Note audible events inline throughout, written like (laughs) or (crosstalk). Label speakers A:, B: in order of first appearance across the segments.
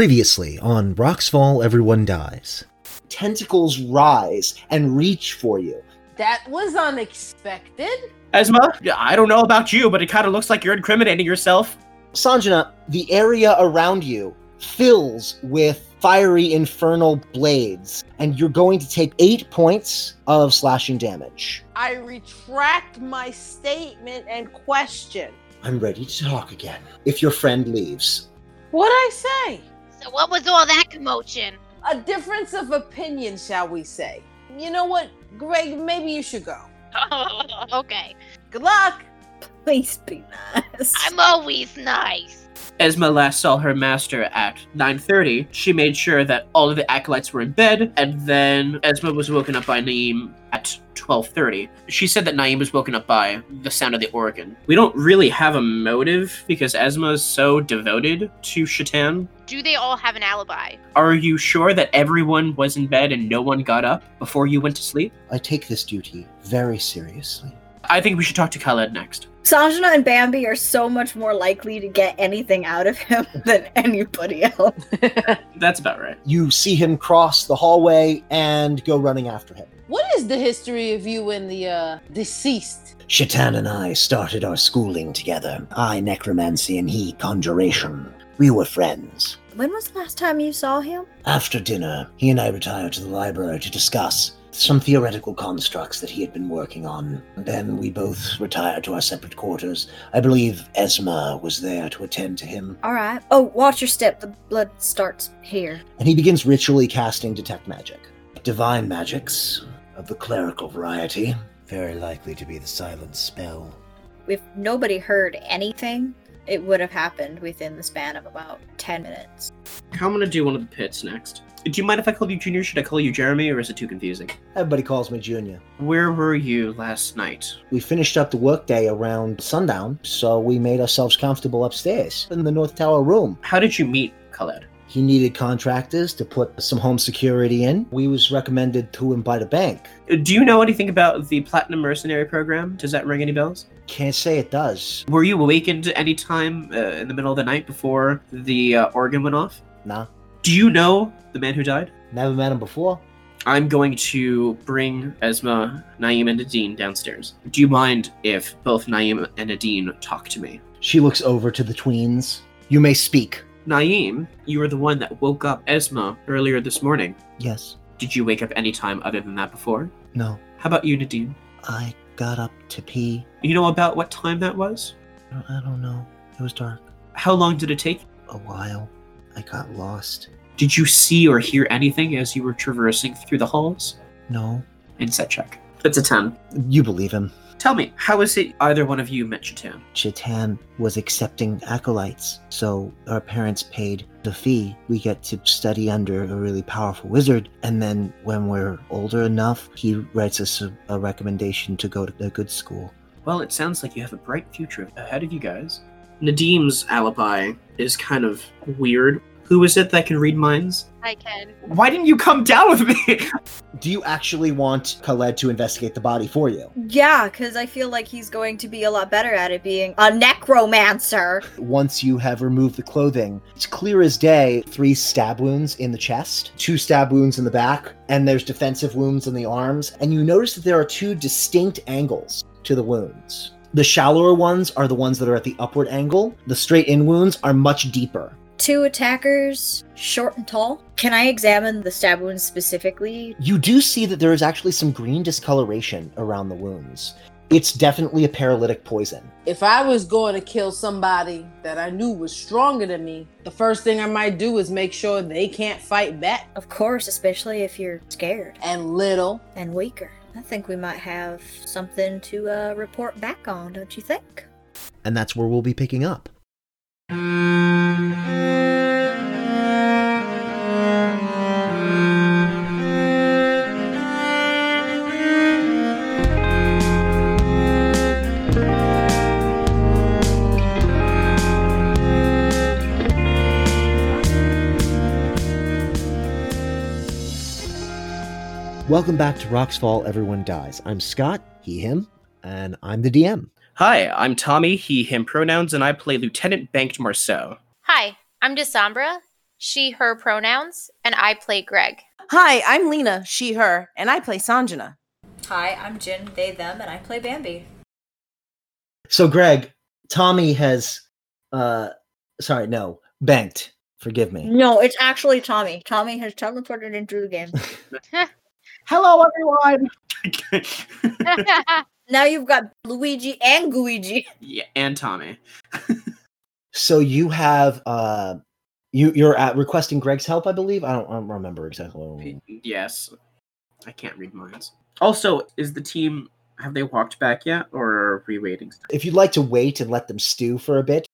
A: Previously on Rocks Fall, Everyone Dies.
B: Tentacles rise and reach for you.
C: That was unexpected.
D: Esma, I don't know about you, but it kind of looks like you're incriminating yourself.
B: Sanjana, the area around you fills with fiery infernal blades, and you're going to take eight points of slashing damage.
C: I retract my statement and question.
B: I'm ready to talk again. If your friend leaves,
C: What'd I say?
E: So what was all that commotion? (laughs)
C: A difference of opinion, shall we say. You know what, Greg, maybe you should go.
E: okay.
C: Good luck.
F: Please be nice.
E: I'm always nice.
D: Esma last saw her master at 9:30. She made sure that all of the acolytes were in bed, and then Esma was woken up by Naeem at 12:30. She said that Naeem was woken up by the sound of the organ. We don't really have a motive because Esma is so devoted to Shatan.
E: Do they all have an alibi?
D: Are you sure that everyone was in bed and no one got up before you went to sleep?
B: I take this duty very seriously.
D: I think we should talk to Khaled next.
F: Sanjana and Bambi are so much more likely to get anything out of him (laughs) than anybody else.
D: That's about right.
B: You see him cross the hallway and go running after him.
C: What is the history of you and the uh, deceased?
B: Shaitan and I started our schooling together. I necromancy and he conjuration. We were friends.
F: When was the last time you saw him?
B: After dinner, he and I retired to the library to discuss some theoretical constructs that he had been working on. Then we both retired to our separate quarters. I believe Esma was there to attend to him.
F: All right. Oh, watch your step. The blood starts here.
B: And he begins ritually casting detect magic. Divine magics of the clerical variety. Very likely to be the silent spell.
F: If nobody heard anything, it would have happened within the span of about 10 minutes.
D: I'm gonna do one of the pits next. Do you mind if I call you Junior? Should I call you Jeremy, or is it too confusing?
B: Everybody calls me Junior.
D: Where were you last night?
B: We finished up the workday around sundown, so we made ourselves comfortable upstairs in the North Tower room.
D: How did you meet Khaled?
B: He needed contractors to put some home security in. We was recommended to him by the bank.
D: Do you know anything about the Platinum Mercenary program? Does that ring any bells?
B: Can't say it does.
D: Were you awakened any time uh, in the middle of the night before the uh, organ went off?
B: Nah,
D: Do you know the man who died?
B: never met him before.
D: I'm going to bring Esma, Naeem, and Adine downstairs. Do you mind if both Naeem and Adine talk to me?
B: She looks over to the tweens. You may speak.
D: Naeem, you were the one that woke up Esma earlier this morning.
B: Yes.
D: Did you wake up any time other than that before?
B: No.
D: How about you, Nadine?
B: I got up to pee.
D: You know about what time that was?
B: I don't know. It was dark.
D: How long did it take?
B: A while. I got lost.
D: Did you see or hear anything as you were traversing through the halls?
B: No.
D: Insight check. That's a 10.
B: You believe him.
D: Tell me, how is it either one of you met Chatan?
B: Chatan was accepting acolytes, so our parents paid the fee. We get to study under a really powerful wizard, and then when we're older enough, he writes us a, a recommendation to go to a good school.
D: Well, it sounds like you have a bright future ahead of you guys. Nadim's alibi is kind of weird. Who is it that can read minds?
E: I can.
D: Why didn't you come down with me? (laughs)
B: Do you actually want Khaled to investigate the body for you?
F: Yeah, because I feel like he's going to be a lot better at it being a necromancer.
B: Once you have removed the clothing, it's clear as day three stab wounds in the chest, two stab wounds in the back, and there's defensive wounds in the arms. And you notice that there are two distinct angles to the wounds. The shallower ones are the ones that are at the upward angle, the straight in wounds are much deeper.
F: Two attackers, short and tall. Can I examine the stab wounds specifically?
B: You do see that there is actually some green discoloration around the wounds. It's definitely a paralytic poison.
C: If I was going to kill somebody that I knew was stronger than me, the first thing I might do is make sure they can't fight back.
F: Of course, especially if you're scared
C: And little,
F: and weaker. I think we might have something to uh, report back on, don't you think?
A: And that's where we'll be picking up. Welcome back to Rocks Fall, Everyone Dies. I'm Scott, he, him, and I'm the DM.
D: Hi, I'm Tommy, he, him pronouns, and I play Lieutenant Banked Marceau.
E: Hi, I'm Desambra,
G: she, her pronouns, and I
E: (laughs)
G: play Greg.
H: Hi, I'm Lena, she, her, and I play Sanjana.
I: Hi, I'm Jin, they, them, and I play Bambi.
B: So, Greg, Tommy has, uh, sorry, no, banked. Forgive me.
F: No, it's actually Tommy. Tommy has teleported into the game.
B: Hello, everyone.
F: now you've got Luigi and Guigi.
D: (laughs) yeah, and Tommy.
B: So you have, uh, you you're at requesting Greg's help, I believe. I don't, I don't remember exactly.
D: Yes. I can't read minds. Also, is the team have they walked back yet or are we waiting?
B: If you'd like to wait and let them stew for a bit,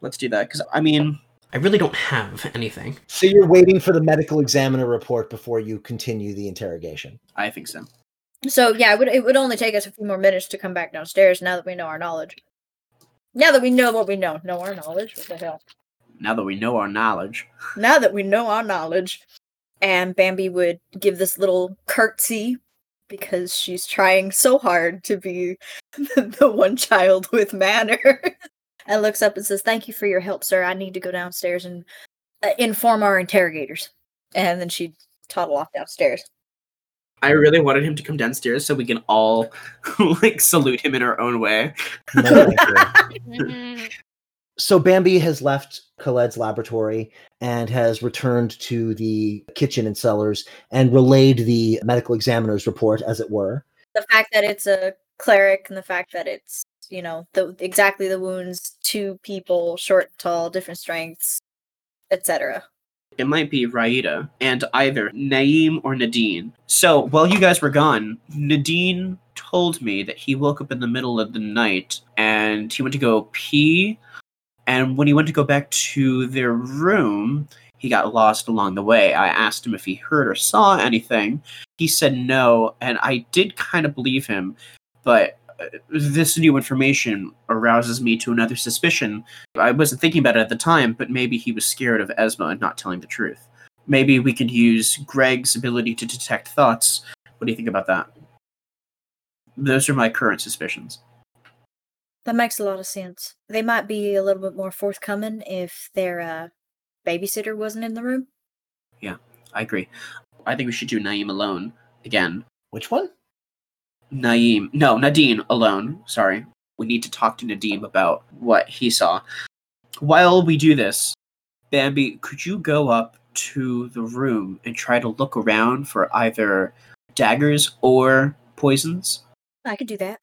D: Let's do that cuz I mean, I really don't have anything.
B: so you're waiting for the medical examiner report before you continue the interrogation.
D: I think so.
F: So yeah, it would it would only take us a few more minutes to come back downstairs now that we know our knowledge. Now that we know what we know, know our knowledge. What the hell?
D: Now that we know our knowledge.
F: Now that we know our knowledge, and Bambi would give this little curtsy because she's trying so hard to be (laughs) the, the one child with manner, (laughs) and looks up and says, "Thank you for your help, sir. I need to go downstairs and uh, inform our interrogators." And then she'd toddle off downstairs.
D: I really wanted him to come downstairs so we can all (laughs) like salute him in our own way.
B: No, thank you.
E: Mhm.
B: So Bambi has left Khaled's laboratory and has returned to the kitchen and cellars and relayed the medical examiner's report, as it were.
F: the fact that it's a cleric and the fact that it's you know the exactly the wounds two people short tall different strengths etc
D: It might be Raida and either Naeem or Nadine. So while you guys were gone, Nadine told me that he woke up in the middle of the night and he went to go pee. And when he went to go back to their room, he got lost along the way. I asked him if he heard or saw anything. He said no, and I did kind of believe him, but uh, this new information arouses me to another suspicion I wasn't thinking about it at the time, but maybe he was scared of Esma and not telling the truth. Maybe we could use Greg's ability to detect thoughts. What do you think about that? Those are my current suspicions.
F: that makes a lot of sense they might be a little bit more forthcoming if their uh, babysitter wasn't in the room
D: I agree. I think we should do Naeem alone again.
B: Which one?
D: Naeem, no, Nadine alone. Sorry. We need to talk to Nadim about what he saw. While we do this, Bambi, could you go up to the room and try to look around for either daggers or poisons?
F: i could do that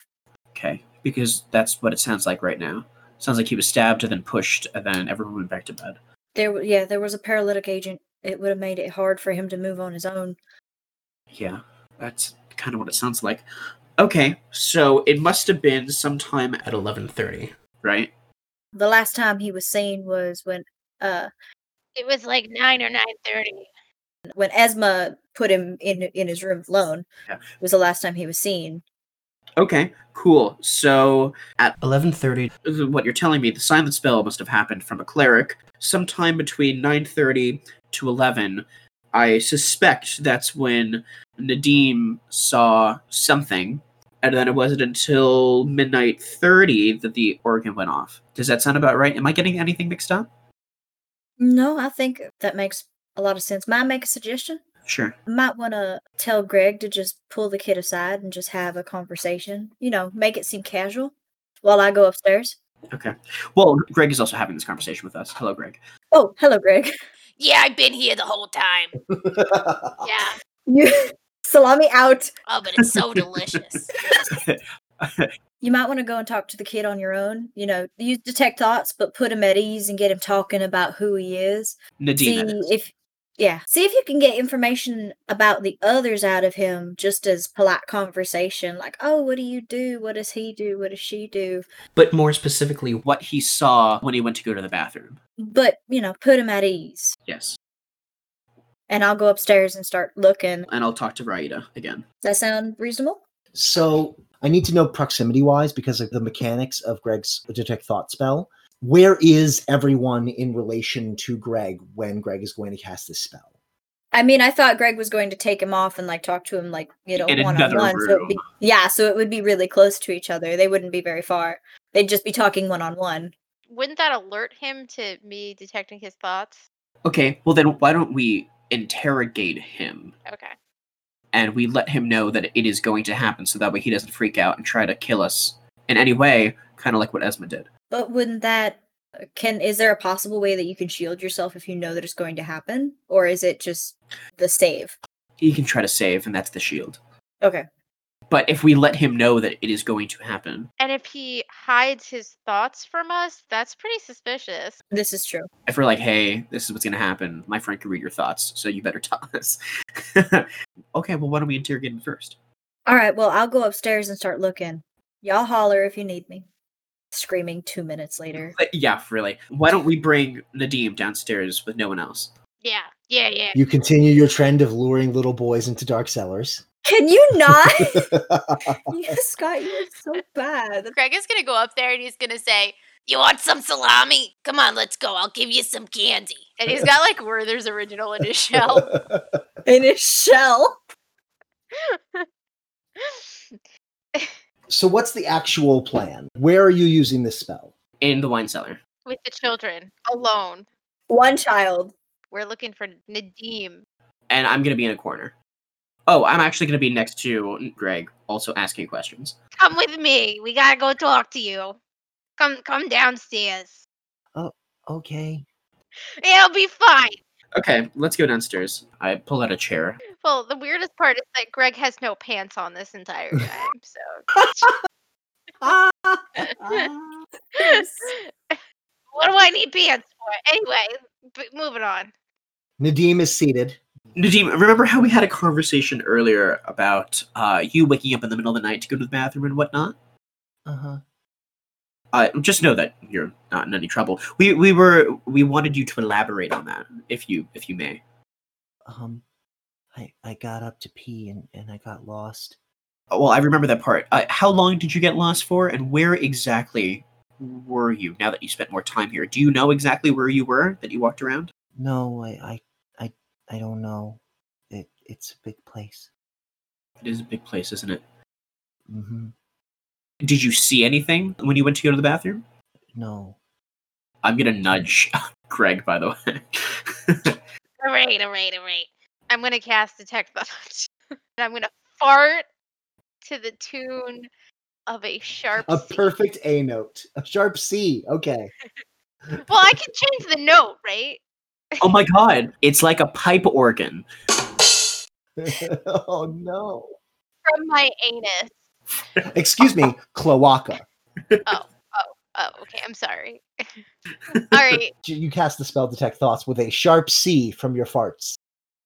D: Okay, because that's what it sounds like right now. Sounds like he was stabbed and then pushed, and then everyone went back to bed.
F: there w- yeah there was a paralytic agent it would have made it hard for him to move on his own
D: Yeah, that's kind of what it sounds like. Okay, so it must have been sometime at eleven thirty, right?
F: the last time he was seen was when uh
E: it was like nine or nine thirty.
F: when esma put him in in his room alone
D: Yeah.
F: was the last time he was seen
D: Okay, cool. So at eleven thirty, what you're telling me, the silent spell must have happened from a cleric. Sometime between nine thirty to eleven, I suspect that's when Nadim saw something, and then it wasn't until midnight thirty that the organ went off. Does that sound about right? Am I getting anything mixed up?
F: No, I think that makes a lot of sense. Might I make a suggestion?
D: Sure.
F: Might want to tell Greg to just pull the kid aside and just have a conversation. You know, make it seem casual while I go upstairs.
D: Okay. Well, Greg is also having this conversation with us. Hello, Greg. (laughs)
F: Oh, hello, Greg. (laughs)
E: Yeah, I've been here the whole time. Yeah.
F: You salami out.
E: Oh, but it's so delicious. (laughs)
F: You might want to go and talk to the kid on your own. You know, you detect thoughts, but put him at ease and get him talking about who he is.
D: Nadine. that
F: see
D: is.
F: if yeah see if you can get information about the others out of him just as polite conversation like oh what do you do what does he do what does she do
D: But more specifically, what he saw when he went to go to the bathroom.
F: but you know put him at ease
D: Yes.
F: and i'll go upstairs and start looking
D: And I'll talk to Raida again.
F: does that sound reasonable
B: (laughs) So I need to know proximity wise because of the mechanics of Greg's detect thought spell. Where is everyone in relation to Greg when Greg is going to cast this spell?
F: i mean i thought greg was going to take him off and like talk to him like you know
D: In
F: one on
D: another
F: one so it'd be,
D: room.
F: yeah so it would be really close to each other they wouldn't be very far they'd just be talking one on one
E: Wouldn't that alert him to me detecting his thoughts?
D: Okay, well then why don't we interrogate him
G: Okay.
D: and we let him know that it is going to happen so that way he doesn't freak out and try to kill us in any way, kind of like what Esma did.
F: But wouldn't that can is there a possible way that you can shield yourself if you know that it's going to happen, or is it just the save?
D: He can try to save, and that's the shield.
F: Okay.
D: But if we let him know that it is going to happen,
G: And if he hides his thoughts from us, that's pretty suspicious.
F: This is true.
D: if we're like, hey, this is what's going to happen, my friend can read your thoughts, so you better tell us. (laughs) okay, well, why don't we interrogate him first?
F: All right, well, I'll go upstairs and start looking. Y'all holler if you need me. Screaming two minutes later.
D: But yeah, really. Why don't we bring Nadim downstairs with no one else?
G: Yeah, yeah, yeah.
B: You continue your trend of luring little boys into dark cellars.
F: Can you not? (laughs) yes, Scott, you're so bad.
G: Greg is gonna go up there and he's gonna say,
E: You want some salami? Come on, let's go. I'll give you some candy.
G: and he's got like Werther's original in
E: (laughs)
G: his shell.
F: In his shell.
B: (laughs) so, what's the actual plan? Where are you using this spell?
D: In the wine cellar.
G: With the children, alone.
F: One (laughs) child.
G: We're looking for Nadim.
D: And I'm going to be in a corner. Oh, I'm actually going to be next to Greg, also asking questions.
E: Come with me. We gotta go talk to you. Come come downstairs.
B: Okay.
E: It'll be fine.
D: Okay, let's go downstairs. I pull out a chair.
G: Well, the weirdest part is that Greg has no pants on
E: (laughs)
G: this entire time, so
E: What do I need pants for? Anyway, b- moving on.
B: Nadim is seated.
D: Nadim, remember how we had a conversation earlier about uh, you waking up in the middle of the night to go to the bathroom and whatnot?
B: Uh huh.
D: Uh, just know that you're not in any trouble. We we were we wanted you to elaborate on that, if you if you may.
B: Um, I I got up to pee and and I got lost.
D: Well, I remember that part. Uh, how long did you get lost for, and where exactly were you? Now that you spent more time here, do you know exactly where you were that you walked around?
B: No, I I I I don't know. It it's a big place.
D: It is a big place, isn't it?
B: Mm-hmm.
D: Did you see anything when you went to go to the bathroom?
B: No.
D: I'm gonna nudge (laughs) Greg, by the way.
E: All right, all right, all right.
G: I'm gonna cast detect thoughts. (laughs) and I'm gonna fart to the tune of a sharp
B: A
G: C.
B: perfect A note. A sharp C. Okay. (laughs)
G: Well, I can change the note, right?
D: oh my god, it's like a pipe organ.
B: oh no.
G: From my anus.
B: Excuse me, cloaca.
G: Oh, okay. I'm sorry. (laughs) All right.
B: You- You cast the spell detect thoughts with a sharp C from your farts.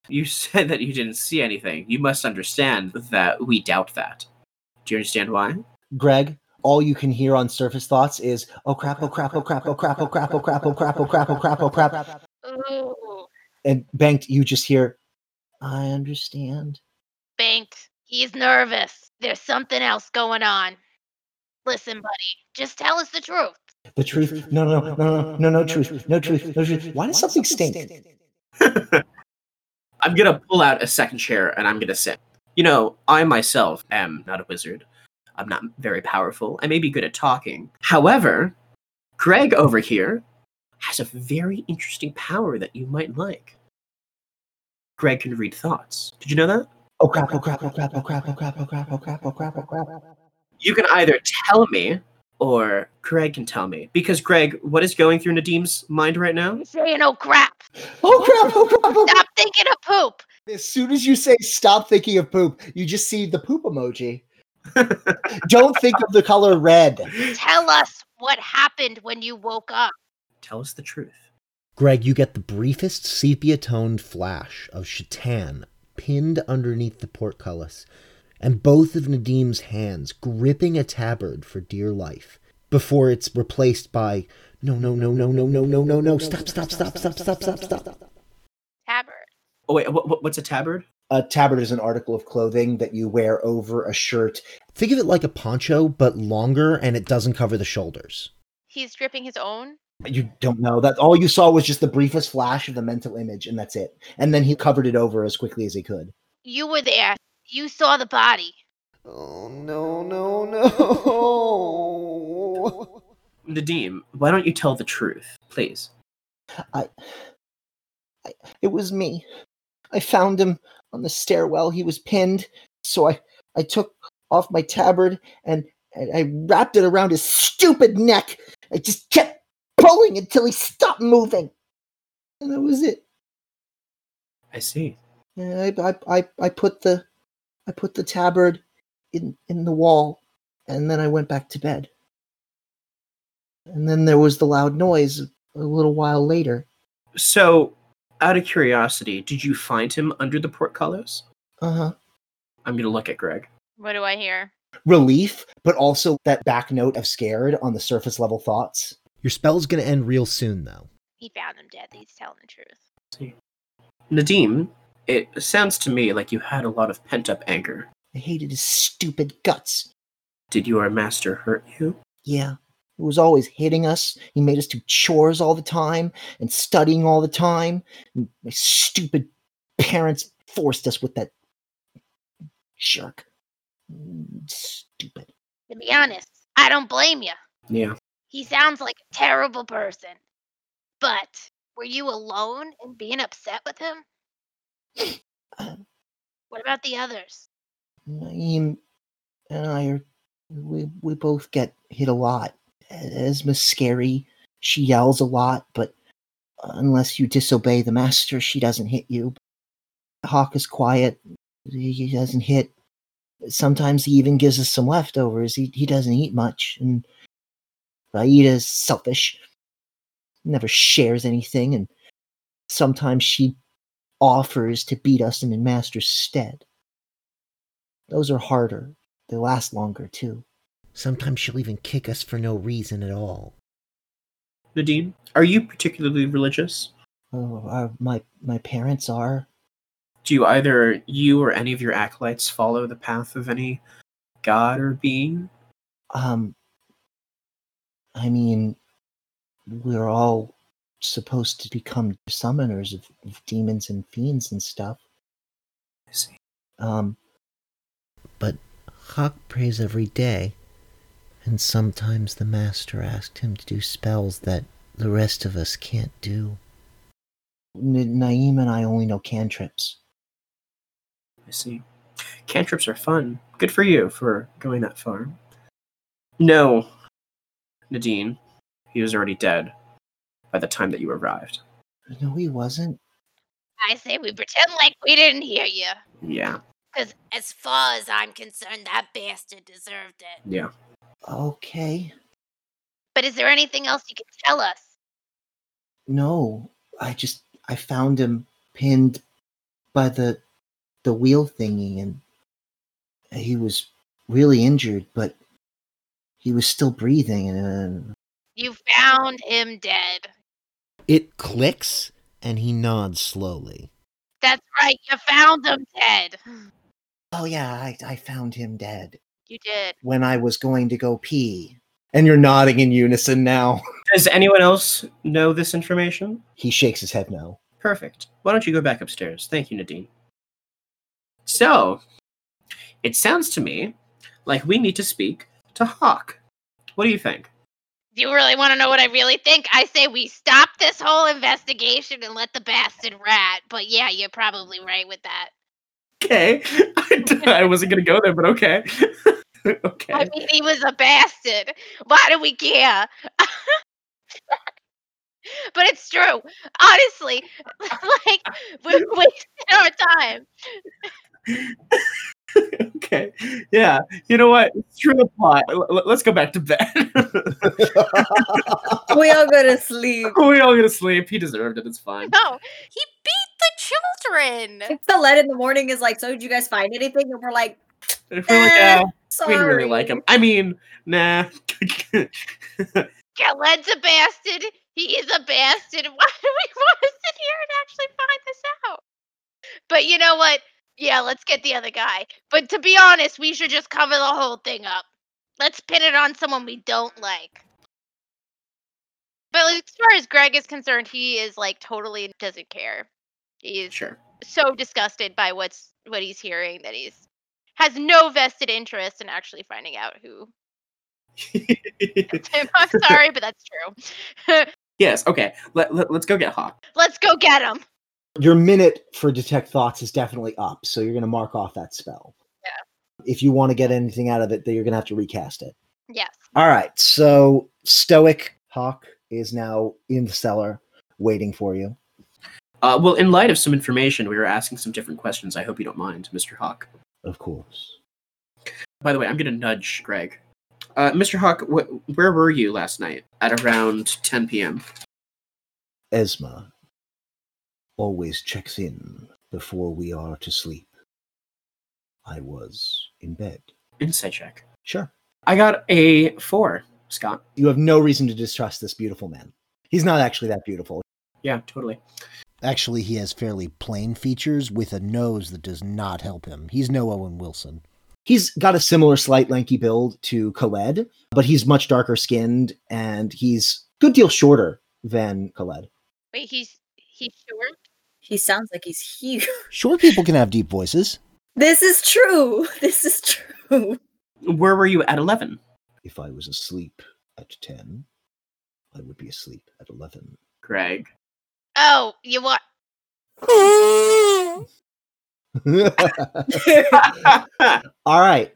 D: You said that you didn't see anything. You must understand that we doubt that. Do you understand why?
B: Greg, all you can hear on surface thoughts is oh crap, oh crap, oh crap, oh crap, oh crap, oh crap, oh crap, oh crap, oh crap, oh crap.
G: Ooh,
B: And banked, you just hear, I understand.
E: Banked. He's nervous. There's something else going on. Listen, buddy, just tell us the truth.
B: The truth. No, no, no, no, no, no truth. No truth. No truth. Why does something stink?
D: (laughs) I'm gonna pull out a second chair and I'm gonna sit. You know, I myself am not a wizard. I'm not very powerful. I may be good at talking. However, Greg over here has a very interesting power that you might like. Greg can read thoughts. Did you know that?
B: Oh crap, oh crap, oh crap, oh crap, oh crap, oh crap, oh crap, oh crap, oh crap.
D: You can either tell me or Greg can tell me. Because Greg, what is going through Nadim's mind right now? (laughs)
E: You're saying, oh crap.
B: Oh crap, oh crap, oh crap. (laughs)
E: Stop thinking of poop.
B: As soon as you say stop thinking of poop, you just see the poop emoji. Don't think of the color red.
E: Tell us what happened when you woke up.
D: Tell us the truth.
A: Greg, you get the briefest sepia toned flash of Shatan pinned underneath the portcullis, and both of Nadim's hands gripping a tabard for dear life, before it's replaced by no, no, no, no, no, no, no, no, no, stop, stop, stop, stop, stop, stop, stop.
G: tabard.
D: Oh wait, what, what's a tabard?
B: A tabard is an article of clothing that you wear over a shirt.
A: Think of it like a poncho, but longer and it doesn't cover the shoulders.
G: He's dripping his own.
B: You don't know that all you saw was just the briefest flash of the mental image, and that's it. And then he covered it over as quickly as he could.
E: You were there. You saw the body.
A: Oh, no, no, no.
D: Nadim, why don't you tell the truth, please?
B: I I, it was me. I found him on the stairwell. He was pinned. So I, I took off my tabard and, and I wrapped it around his stupid neck. I just kept pulling until he stopped moving. And that was it.
J: I see.
B: Yeah, I, I, I, I put the I put the tabard in in the wall, and then I went back to bed. And then there was the loud noise a little while later.
D: So, out of curiosity, did you find him under the portcullis?
B: Uh huh.
D: I'm gonna look at Greg.
G: What do I hear?
B: Relief, but also that back note of scared on the surface level thoughts.
A: Your spell's gonna end real soon, though.
G: He found him dead. He's telling the truth.
D: Nadim, it sounds to me like you had a lot of pent up anger.
B: I hated his stupid guts.
D: Did your master hurt you?
B: Yeah. He was always hitting us. He made us do chores all the time and studying all the time. And my stupid parents forced us with that jerk. Mm, Stupid.
G: To be honest, I don't blame you.
D: Yeah.
G: He sounds like a terrible person. But were you alone in being upset with him?
B: Um,
G: (clears throat) What about the others?
B: Naeem and I are we we both get hit a lot. Esma's scary. She yells a lot, but unless you disobey the master, she doesn't hit you. Hawk is quiet. He he doesn't hit. Sometimes he even gives us some leftovers. He he doesn't eat much, and Raida's selfish. Never shares anything, and sometimes she offers to beat us in the master's stead. Those are harder. They last longer too.
A: Sometimes she'll even kick us for no reason at all.
D: Nadine, are you particularly religious?
B: Oh, uh, my my parents are.
D: Do either you or any of your acolytes follow the path of any god or being?
B: Um, I mean, we're all supposed to become summoners of, of demons and fiends and stuff.
D: I see.
B: Um,
A: But Hawk prays every day, and sometimes the master asked him to do spells that the rest of us can't do.
B: N- Naeem and I only know cantrips.
D: I see. Cantrips are fun. Good for you for going that far. No, Nadine, he was already dead by the time that you arrived.
B: No, he wasn't.
G: I say we pretend like we didn't hear you.
D: Yeah,
G: Because as far as I'm concerned, that bastard deserved it.
D: yeah.
B: Okay.
G: But is there anything else you can tell us?
B: No, I just I found him pinned by the the wheel thingy, and he was really injured, but he was still breathing. And uh,
G: You found him dead.
A: It clicks, and he nods slowly.
G: That's right, you found him dead.
B: oh yeah, I, I found him dead
G: You did.
B: when I was going to go pee. And you're nodding in unison now.
D: Does anyone else know this information?
B: He shakes his head no.
D: Perfect. Why don't you go back upstairs? Thank you, Nadine. So, it sounds to me like we need to speak to Hawk. What do you think?
G: Do you really want to know what I really think? I say we stop this whole investigation and let the bastard rat. But yeah, you're probably right with that.
D: Okay. (laughs) I wasn't going to go there, but okay. (laughs) okay.
G: I mean, he was a bastard. Why do we care? (laughs) but it's true. Honestly, (laughs) like, (laughs) we're wasting our time.
D: okay. Yeah. You know what? Screw the plot. L- l- let's go back to bed. (laughs)
F: we all go to sleep.
D: we all gonna sleep. He deserved it. It's fine.
G: No, he beat the children.
F: (laughs) It's the lead in the morning is like, so did you guys find anything? And we're like,
D: If we're like,
F: Eh,
D: "Ah, we
F: sorry.
D: didn't really like him. I mean, nah. (laughs)
G: Galen's a bastard. He is a bastard. (laughs) Why do we want to sit here and actually find this out? But you know what? Yeah, let's get the other guy. But to be honest, we should just cover the whole thing up. Let's pin it on someone we don't like. But like, as far as Greg is concerned, he is like totally doesn't care.
D: (laughs)
G: He's
D: sure.
G: so disgusted by what's what he's hearing that he's has no vested interest in actually finding out who. (laughs) I'm sorry, but that's true. (laughs)
D: yes. Okay. Let, let, let's go get Hawk.
G: Let's go get him.
B: Your minute for detect thoughts is definitely up, so you're going to mark off that spell. Yeah. If you want to get anything out of it, then you're going to have to recast it.
G: Yes.
B: All right. So Stoic Hawk is now in the cellar waiting for you.
D: Uh, well, in light of some information, we were asking some different questions. I hope you don't mind, Mr. Hawk.
B: Of course.
D: By the way, I'm going to nudge Greg. Uh, Mr. Hawk, wh- where were you last night at around 10 p.m.?
B: Esma always checks in before we are to sleep. I was in bed.
D: Insight check.
B: Sure.
D: I got a four, Scott.
B: You have no reason to distrust this beautiful man. He's not actually that beautiful.
D: Yeah, totally.
A: Actually, he has fairly plain features with a nose that does not help him. He's no Owen Wilson.
B: He's got a similar slight lanky build to Khaled, but he's much darker skinned and he's a good deal shorter than Khaled.
G: Wait, he's he's short.
F: He sounds like he's huge. (laughs)
A: Short people can have deep voices.
F: This is true. (laughs) This is (laughs) true.
D: Where were you at 11?
B: If I was asleep at 10, I would be asleep at
A: (laughs)
B: 11.
D: Greg.
G: Oh, you what?
B: (laughs) All right.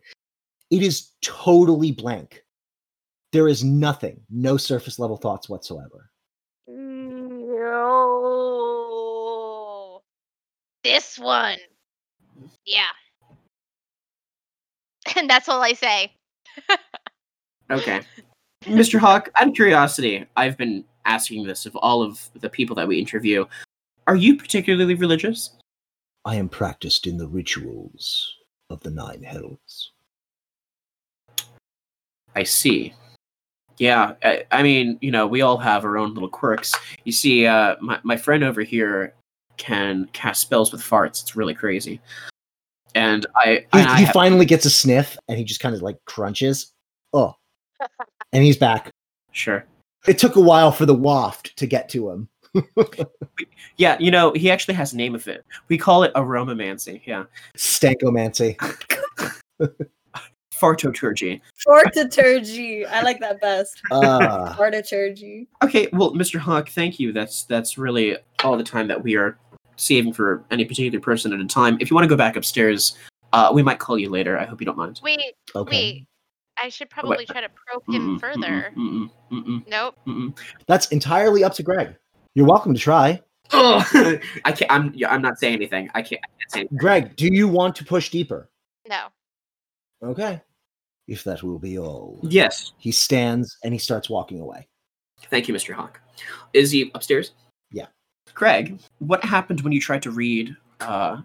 B: It is totally blank. There is nothing, no surface level thoughts whatsoever.
G: No. This one. Yeah. (laughs) And that's all I say.
D: Okay. Mr. Hawk, out of curiosity, I've been asking this of all of the people that we interview. Are you particularly religious?
B: I am practiced in the rituals of the nine hells.
D: I see. Yeah, I, I mean, you know, we all have our own little quirks. You see, uh, my, my friend over here can cast spells with farts. It's really crazy. And I,
B: He,
D: and I
B: he
D: have-
B: finally gets a sniff and he just kind of like crunches. Oh. And he's back.
D: sure.
B: It took a while for the waft to get to him.
D: Yeah, you know, he actually has a name of it. We call it aromamancy. Yeah, (laughs)
B: Stankomancy.
D: fartoturgy.
F: Fortaturgy. I like that best.
B: Ah.
F: Fortaturgy.
D: Okay, well, Mr. Hawk, thank you. That's that's really all the time that we are saving for any particular person at a time. If you want to go back upstairs, uh, we might call you later. I hope you don't mind.
G: Wait,
B: Okay.
G: wait. I should probably try to probe him
D: Mm-mm,
G: further.
D: mm-mm, mm-mm,
G: Nope.
D: mm-mm,
B: That's entirely up to Greg. You're welcome to try.
D: mm-mm. Ugh. Oh, (laughs) I can't. I'm. yeah, I'm not saying anything. I can't. I can't say anything.
B: Greg, do you want to push deeper?
G: No.
B: Okay. If that will be all.
D: Yes.
B: He stands and he starts walking away.
D: Thank you, Mr. Hawk. Is he upstairs?
B: Yeah.
D: Craig, what happened when you tried to read? Uh,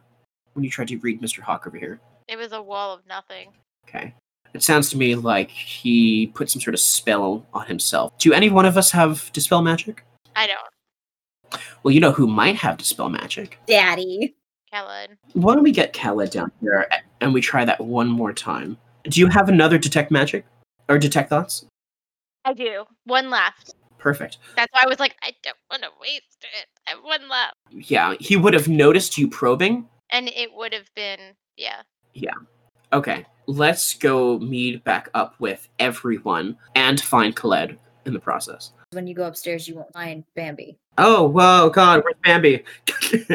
D: when you tried to read Mr. Hawk over here?
G: It was a wall of nothing.
D: Okay. It sounds to me like he put some sort of spell on himself. Do any one of us have dispel magic?
G: I don't.
D: Well, you know who might have dispel magic.
F: Daddy.
G: Kellen.
D: Why don't we get Kala down here a- and we try that one more time? Do you have another detect magic or detect thoughts?
G: I do. One left.
D: Perfect.
G: That's why I was like, I don't want to waste it. I have one left.
D: Yeah, he would have noticed you probing.
G: And it would have been, yeah.
D: Okay, let's go meet back up with everyone and find Khaled in the process.
F: When you go upstairs, you won't find (laughs) Bambi.
D: Oh, whoa, God, where's Bambi? (laughs)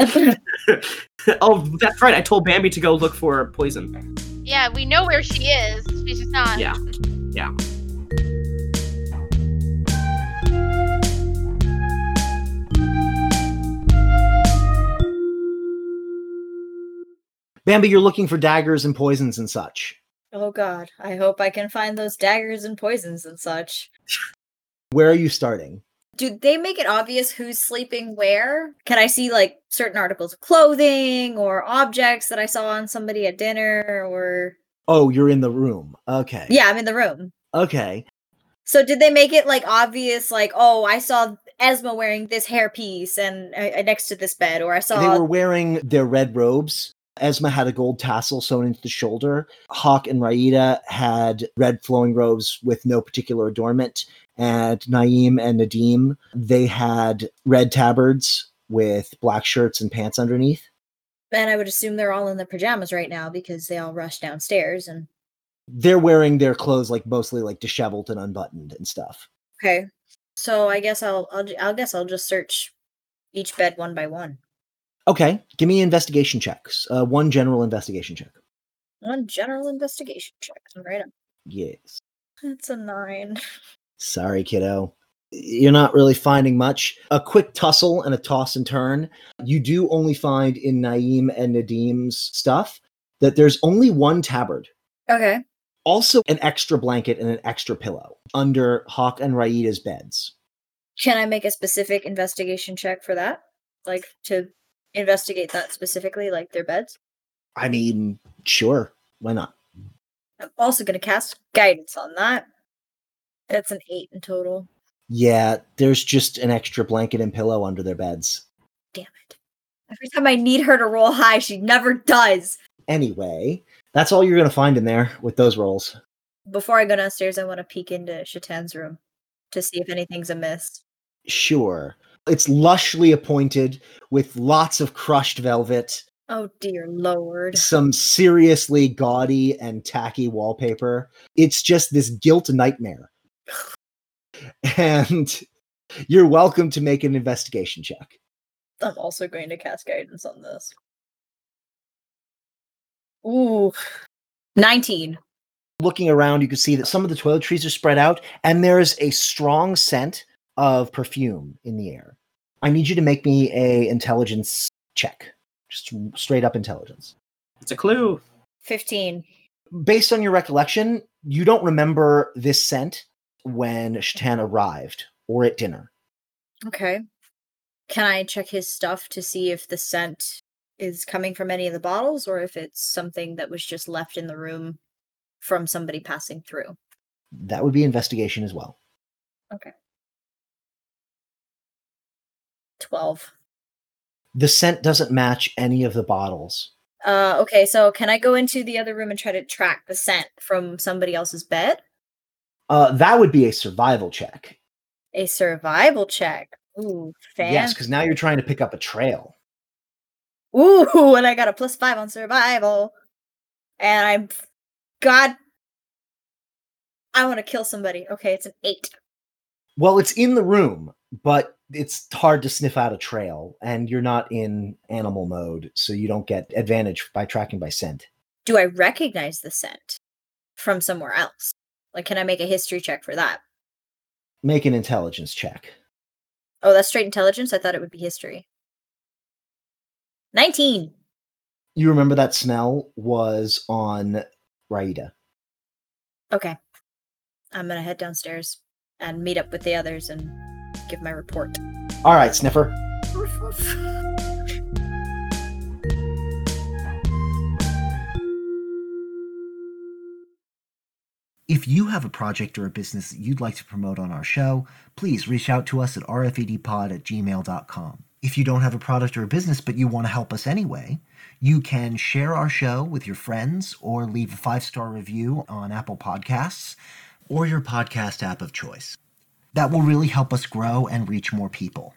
D: oh, that's right. I told Bambi to go look for poison.
G: Yeah, we know where she is. She's just not.
D: Yeah.
B: Bambi, you're looking for daggers and poisons and such.
F: Oh god, I hope I can find those daggers and poisons and such.
B: Where are you starting?
F: Do they make it obvious who's sleeping where? Can I see like certain articles of clothing or objects that I saw on somebody at dinner or
B: Oh, you're in the room. Okay.
F: Yeah, I'm in the room.
B: Okay.
F: So did they make it like obvious like oh, I saw Esma wearing this hairpiece and uh, uh, next to this bed or I saw
B: They were wearing their red robes. Esma had a gold tassel sewn into the shoulder. Hawk and Raida had red flowing robes with no particular adornment. And Naeem and Nadim, they had red tabards with black shirts and pants underneath.
F: and I would assume they're all in their pajamas right now because they all rushed downstairs and
B: They're wearing their clothes like mostly like disheveled and unbuttoned and stuff.
F: Okay. So I guess I'll I'll ju- I'll guess I'll just search each bed one by one.
B: Okay, give me investigation checks. Uh, one general investigation check.
F: One general investigation check. I'm right up.
B: Yes.
F: That's a nine.
B: Sorry, kiddo. You're not really finding much. A quick tussle and a toss and turn. You do only find in Naeem and Nadim's stuff that there's only one tabard.
F: Okay.
B: Also, an extra blanket and an extra pillow under Hawk and Raida's beds.
F: Can I make a specific investigation check for that? Like to investigate that specifically, like their beds?
B: I mean, sure. Why not?
F: I'm also going to cast guidance on that. That's an eight in total.
B: Yeah, there's just an extra blanket and pillow under their beds.
F: Damn it. Every time I need her to roll high, she never does.
B: Anyway, that's all you're going to find in there with those rolls.
F: Before I go downstairs, I want to peek into Shatan's room to see if anything's amiss.
B: Sure. It's lushly appointed with lots of crushed velvet,
F: Oh dear lord.
B: some seriously gaudy and tacky wallpaper. It's just this guilt nightmare. and you're welcome to make an investigation check.
F: I'm also going to cast guidance on this. Ooh. 19.
B: Looking around, you can see that some of the toiletries are spread out, and there is a strong scent of perfume in the air. I need you to make me a intelligence check, just straight up intelligence.
D: It's a clue.
F: 15.
B: based on your recollection, you don't remember this scent when Shatan arrived or at dinner.
F: Okay. Can I check his stuff to see if the scent is coming from any of the bottles or if it's something that was just left in the room from somebody passing through?
B: That would be investigation as well.
F: 12.
B: The scent doesn't match any of the bottles.
F: Uh, okay, so can I go into the other room and try to track the scent from somebody else's bed?
B: Uh, that would be a survival check.
F: A survival check. Ooh, fan.
B: Yes, because now you're trying to pick up a trail.
F: Ooh, (laughs) and I got a plus five on survival. And I'm God. I want to kill somebody. Okay, it's an eight.
B: Well, it's in the room, but it's hard to sniff out a trail, and you're not in animal mode, so you don't get advantage by tracking by scent.
F: Do I recognize the scent from somewhere else? Like, can I make a history check for that?
B: Make an intelligence check.
F: Oh, that's straight intelligence. I thought it would be history. 19.
B: You remember that smell was on Raida.
F: Okay. I'm going to head downstairs and meet up with the others and give my report.
B: All right, Sniffer. If you have a project or a business that you'd like to promote on our show, please reach out to us at rfedpod at gmail.com. If you don't have a product or a business but you want to help us anyway, you can share our show with your friends or leave a five star review on Apple Podcasts or your podcast app of choice. That will really help us grow and reach more people.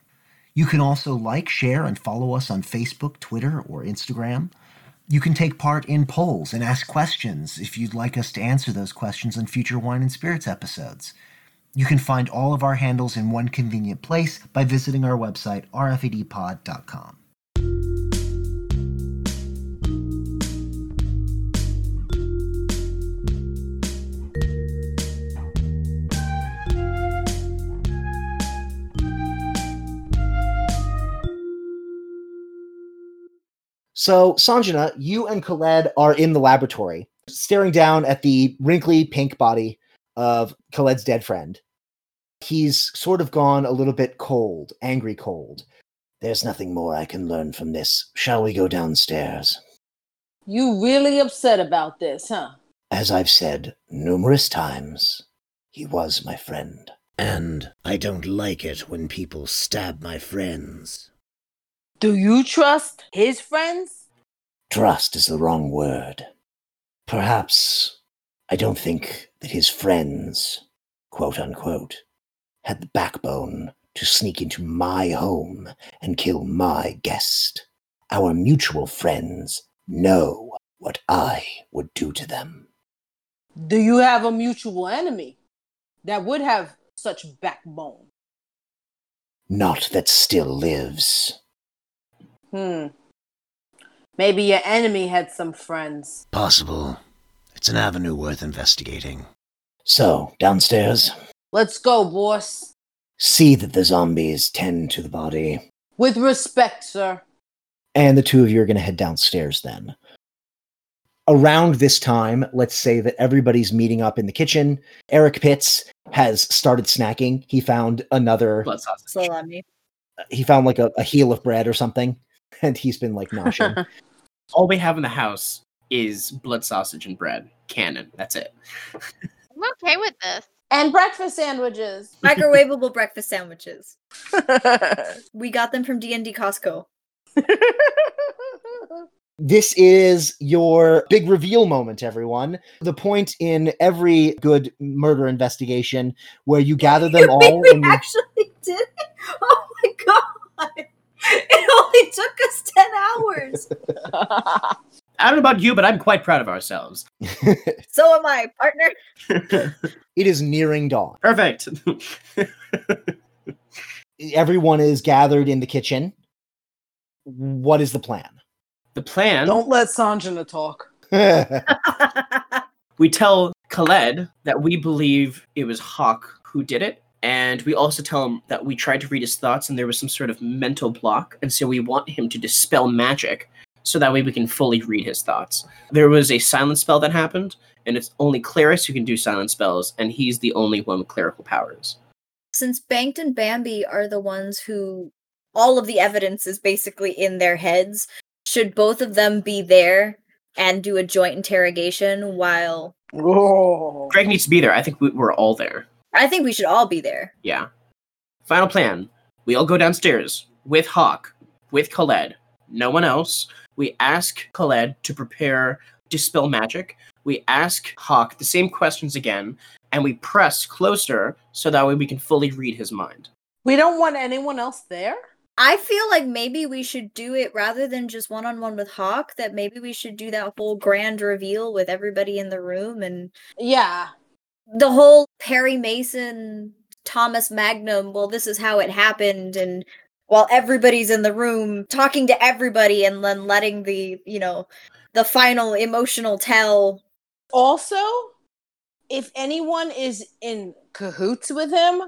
B: You can also like, share, and follow us on Facebook, Twitter, or Instagram. You can take part in polls and ask questions if you'd like us to answer those questions on future Wine and Spirits episodes. You can find all of our handles in one convenient place by visiting our website, rfedpod.com. So, Sanjana, you and Khaled are in the laboratory, staring down at the wrinkly pink body of Khaled's dead friend. He's sort of gone a little bit cold, angry cold. There's nothing more I can learn from this. Shall we go downstairs?
C: You really upset about this, huh?
B: As I've said numerous times, he was my friend.
K: And I don't like it when people stab my friends.
C: Do you trust his friends?
K: Trust is the wrong word.
B: Perhaps I don't think that his friends, quote unquote, had the backbone to sneak into my home and kill my guest. Our mutual friends know what I would do to them.
C: Do you have a mutual enemy that would have such backbone?
K: Not that still lives.
C: Hmm. Maybe your enemy had some friends.
K: Possible. It's an avenue worth investigating.
L: So, downstairs,
C: Let's go, boss.
L: see that the zombies tend to the body.
C: With respect, sir.
B: And the two of you are going to head downstairs then. Around this time, let's say that everybody's meeting up in the kitchen. Eric Pitts has started snacking. He found another,
D: Blood
B: (laughs)
D: sausage.
F: Salami.
B: he found like a, a heel of bread or something, (laughs) and he's been like noshing.
D: All we have in the house is blood sausage and bread. Cannon. That's it.
G: I'm okay with this.
C: And breakfast sandwiches.
F: Microwavable
B: (laughs)
F: breakfast sandwiches. we got them from D&D Costco.
B: this is your big reveal moment, everyone. The point in every good murder investigation where you gather them all.
F: (laughs) we
B: and you-
F: actually did it. Oh my (laughs) god! It only took us ten hours.
B: (laughs)
D: I don't know about you, but I'm quite proud of ourselves.
F: so am I, partner.
B: (laughs) it is nearing dawn.
D: Perfect. (laughs)
B: Everyone is gathered in the kitchen. What is the plan? (laughs)
D: the plan
C: Don't let Sanjana talk.
D: we tell Khaled that we believe it was Hawk who did it. And we also tell him that we tried to read his thoughts and there was some sort of mental block. And so we want him to dispel magic so that way we can fully read his thoughts. There was a silent spell that happened, and it's only Claris who can do silent spells, and he's the only one with clerical powers.
F: Since Banked and Bambi are the ones who all of the evidence is basically in their heads, should both of them be there and do a joint interrogation while
C: Oh.
D: Greg needs to be there. I think we, we're all there.
F: I think we should all be there.
D: Yeah. Final plan. We all go downstairs with Hawk, with Khaled, no one else. We ask Khaled to prepare Dispel Magic. We ask Hawk the same questions again, and we press closer so that way we can fully read his mind.
C: We don't want anyone else there.
F: I feel like maybe we should do it rather than just one on one with Hawk, that maybe we should do that whole grand reveal with everybody in the room and
C: Yeah.
F: the whole Perry Mason, Thomas Magnum, well, this is how it happened. And while everybody's in the room talking to everybody and then letting the, you know, the final emotional tell.
C: Also, if anyone is in cahoots with him,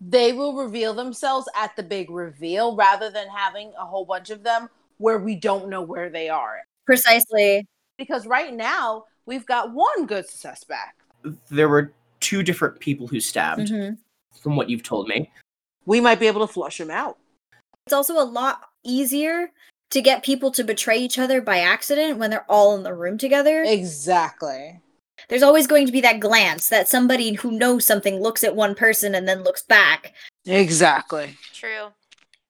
C: they will reveal themselves at the big reveal rather than having a whole bunch of them where we don't know where they are.
F: Precisely.
C: Because right now, we've got one good suspect.
D: There were two different people who stabbed,
F: Mm-hmm.
D: from what you've told me.
C: We might be able to flush him out.
F: It's also a lot easier to get people to betray each other by accident when they're all in the room together.
C: Exactly.
F: There's always going to be that glance that somebody who knows something looks at one person and then looks back.
C: Exactly.
G: True.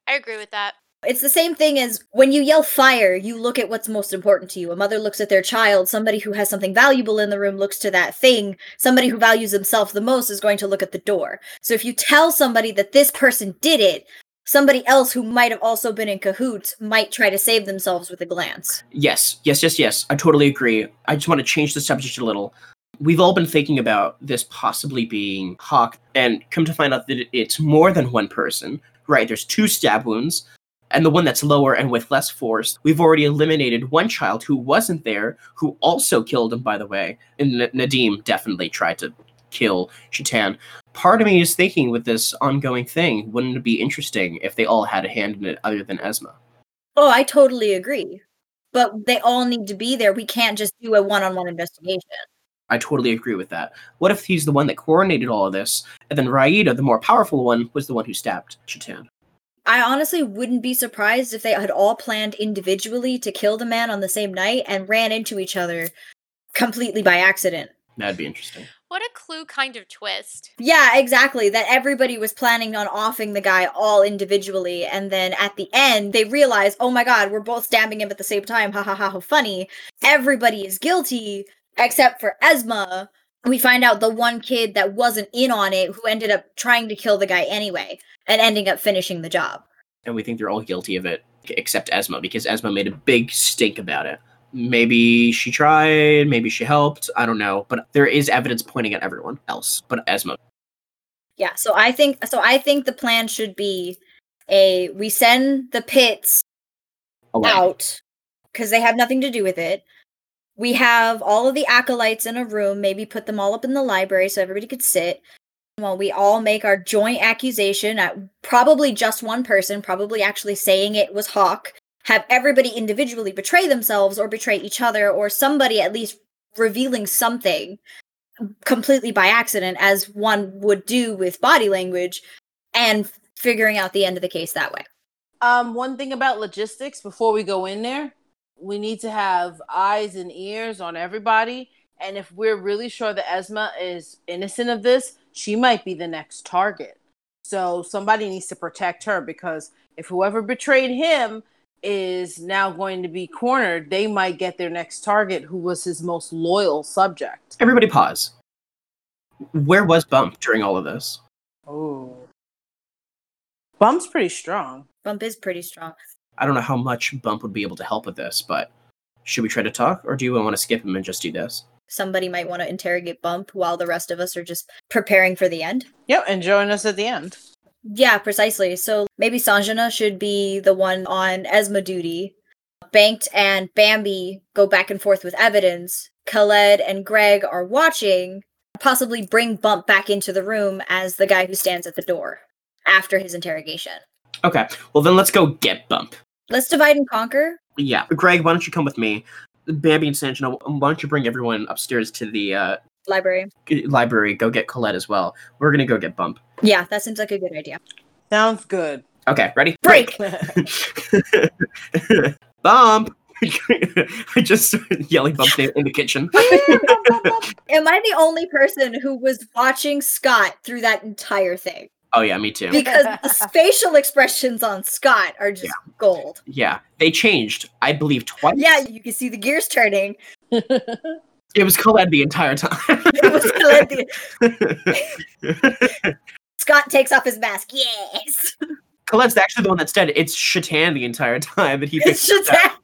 G: I agree with that.
F: It's the same thing as when you yell fire, you look at what's most important to you. A mother looks at their child, somebody who has something valuable in the room looks to that thing, somebody who values themselves the most is going to look at the door. So if you tell somebody that this person did it, somebody else who might have also been in cahoots might try to save themselves with a glance.
D: Yes, yes, yes, yes. I totally agree. I just want to change the subject a little. We've all been thinking about this possibly being Hawk, and come to find out that it- it's more than one person, right? There's two stab wounds, and the one that's lower and with less force. We've already eliminated one child who wasn't there, who also killed him, by the way. And N- Nadim definitely tried to kill Shatan. Part of me is thinking with this ongoing thing, wouldn't it be interesting if they all had a hand in it other than Esma?
F: Oh, I totally agree. But they all need to be there. We can't just do a one on one investigation.
D: I totally agree with that. What if he's the one that coordinated all of this, and then Raida, the more powerful one, was the one who stabbed Chatan?
F: I honestly wouldn't be surprised if they had all planned individually to kill the man on the same night and ran into each other completely by accident.
D: That'd be interesting.
G: What a clue kind of twist.
F: Yeah, exactly. That everybody was planning on offing the guy all individually. And then at the end, they realize, oh my God, we're both stabbing him at the same time. Ha ha ha, how funny. Everybody is guilty except for Esma. We find out the one kid that wasn't in on it who ended up trying to kill the guy anyway and ending up finishing the job.
D: And we think they're all guilty of it, except Esma, because Esma made a big stink about it. Maybe she tried, maybe she helped, I don't know, but there is evidence pointing at everyone else but Esma.
F: Yeah, so I think so I think the plan should be a we send the pits
D: Away.
F: out because they have nothing to do with it. We have all of the acolytes in a room, maybe put them all up in the library so everybody could sit. While we all make our joint accusation at probably just one person, probably actually saying it was Hawk, have everybody individually betray themselves or betray each other or somebody at least revealing something completely by accident as one would do with body language and figuring out the end of the case that way.
C: Um, one thing about logistics before we go in there, we need to have eyes and ears on everybody. And if we're really sure that Esma is innocent of this, she might be the next target. So somebody needs to protect her because if whoever betrayed him is now going to be cornered, they might get their next target, who was his most loyal subject.
D: Everybody pause. Where was Bump during all of this?
C: Oh. Bump's pretty strong.
F: Bump is pretty strong.
D: I don't know how much Bump would be able to help with this, but should we try to talk or do you want to skip him and just do this?
F: Somebody might want to interrogate Bump while the rest of us are just preparing for the end.
C: Yep, and join us at the end.
F: Yeah, precisely. So maybe Sanjana should be the one on Esma duty. Banked and Bambi go back and forth with evidence. Khaled and Greg are watching, possibly bring Bump back into the room as the guy who stands at the door after his interrogation.
D: Okay, well then let's go get Bump.
F: Let's divide and conquer.
D: Yeah, Greg, why don't you come with me? Bambi and Sanjana, why don't you bring everyone upstairs to the uh,
F: Library.
D: library? Go get Colette as well. We're gonna go get Bump.
F: Yeah, that seems like a good idea.
C: Sounds good. (laughs)
D: Okay, ready?
F: Break.
D: (laughs) bump. (laughs) I just started yelling Bump's name in the kitchen.
F: (laughs) Am I the only person who was watching Scott through that entire thing?
D: oh yeah, me too. (laughs)
F: Because the facial expressions on Scott are just gold.
D: Yeah, they changed. I believe twice.
F: Yeah, you can see the gears turning. (laughs) it
D: It was Colette the entire time. (laughs)
F: was Calendula. Scott takes off his mask.
D: (laughs)
F: Yes.
D: Colette's actually the one that's dead. It's Shatan the entire time, and he thinks
F: It's
D: (laughs)
F: Shatan.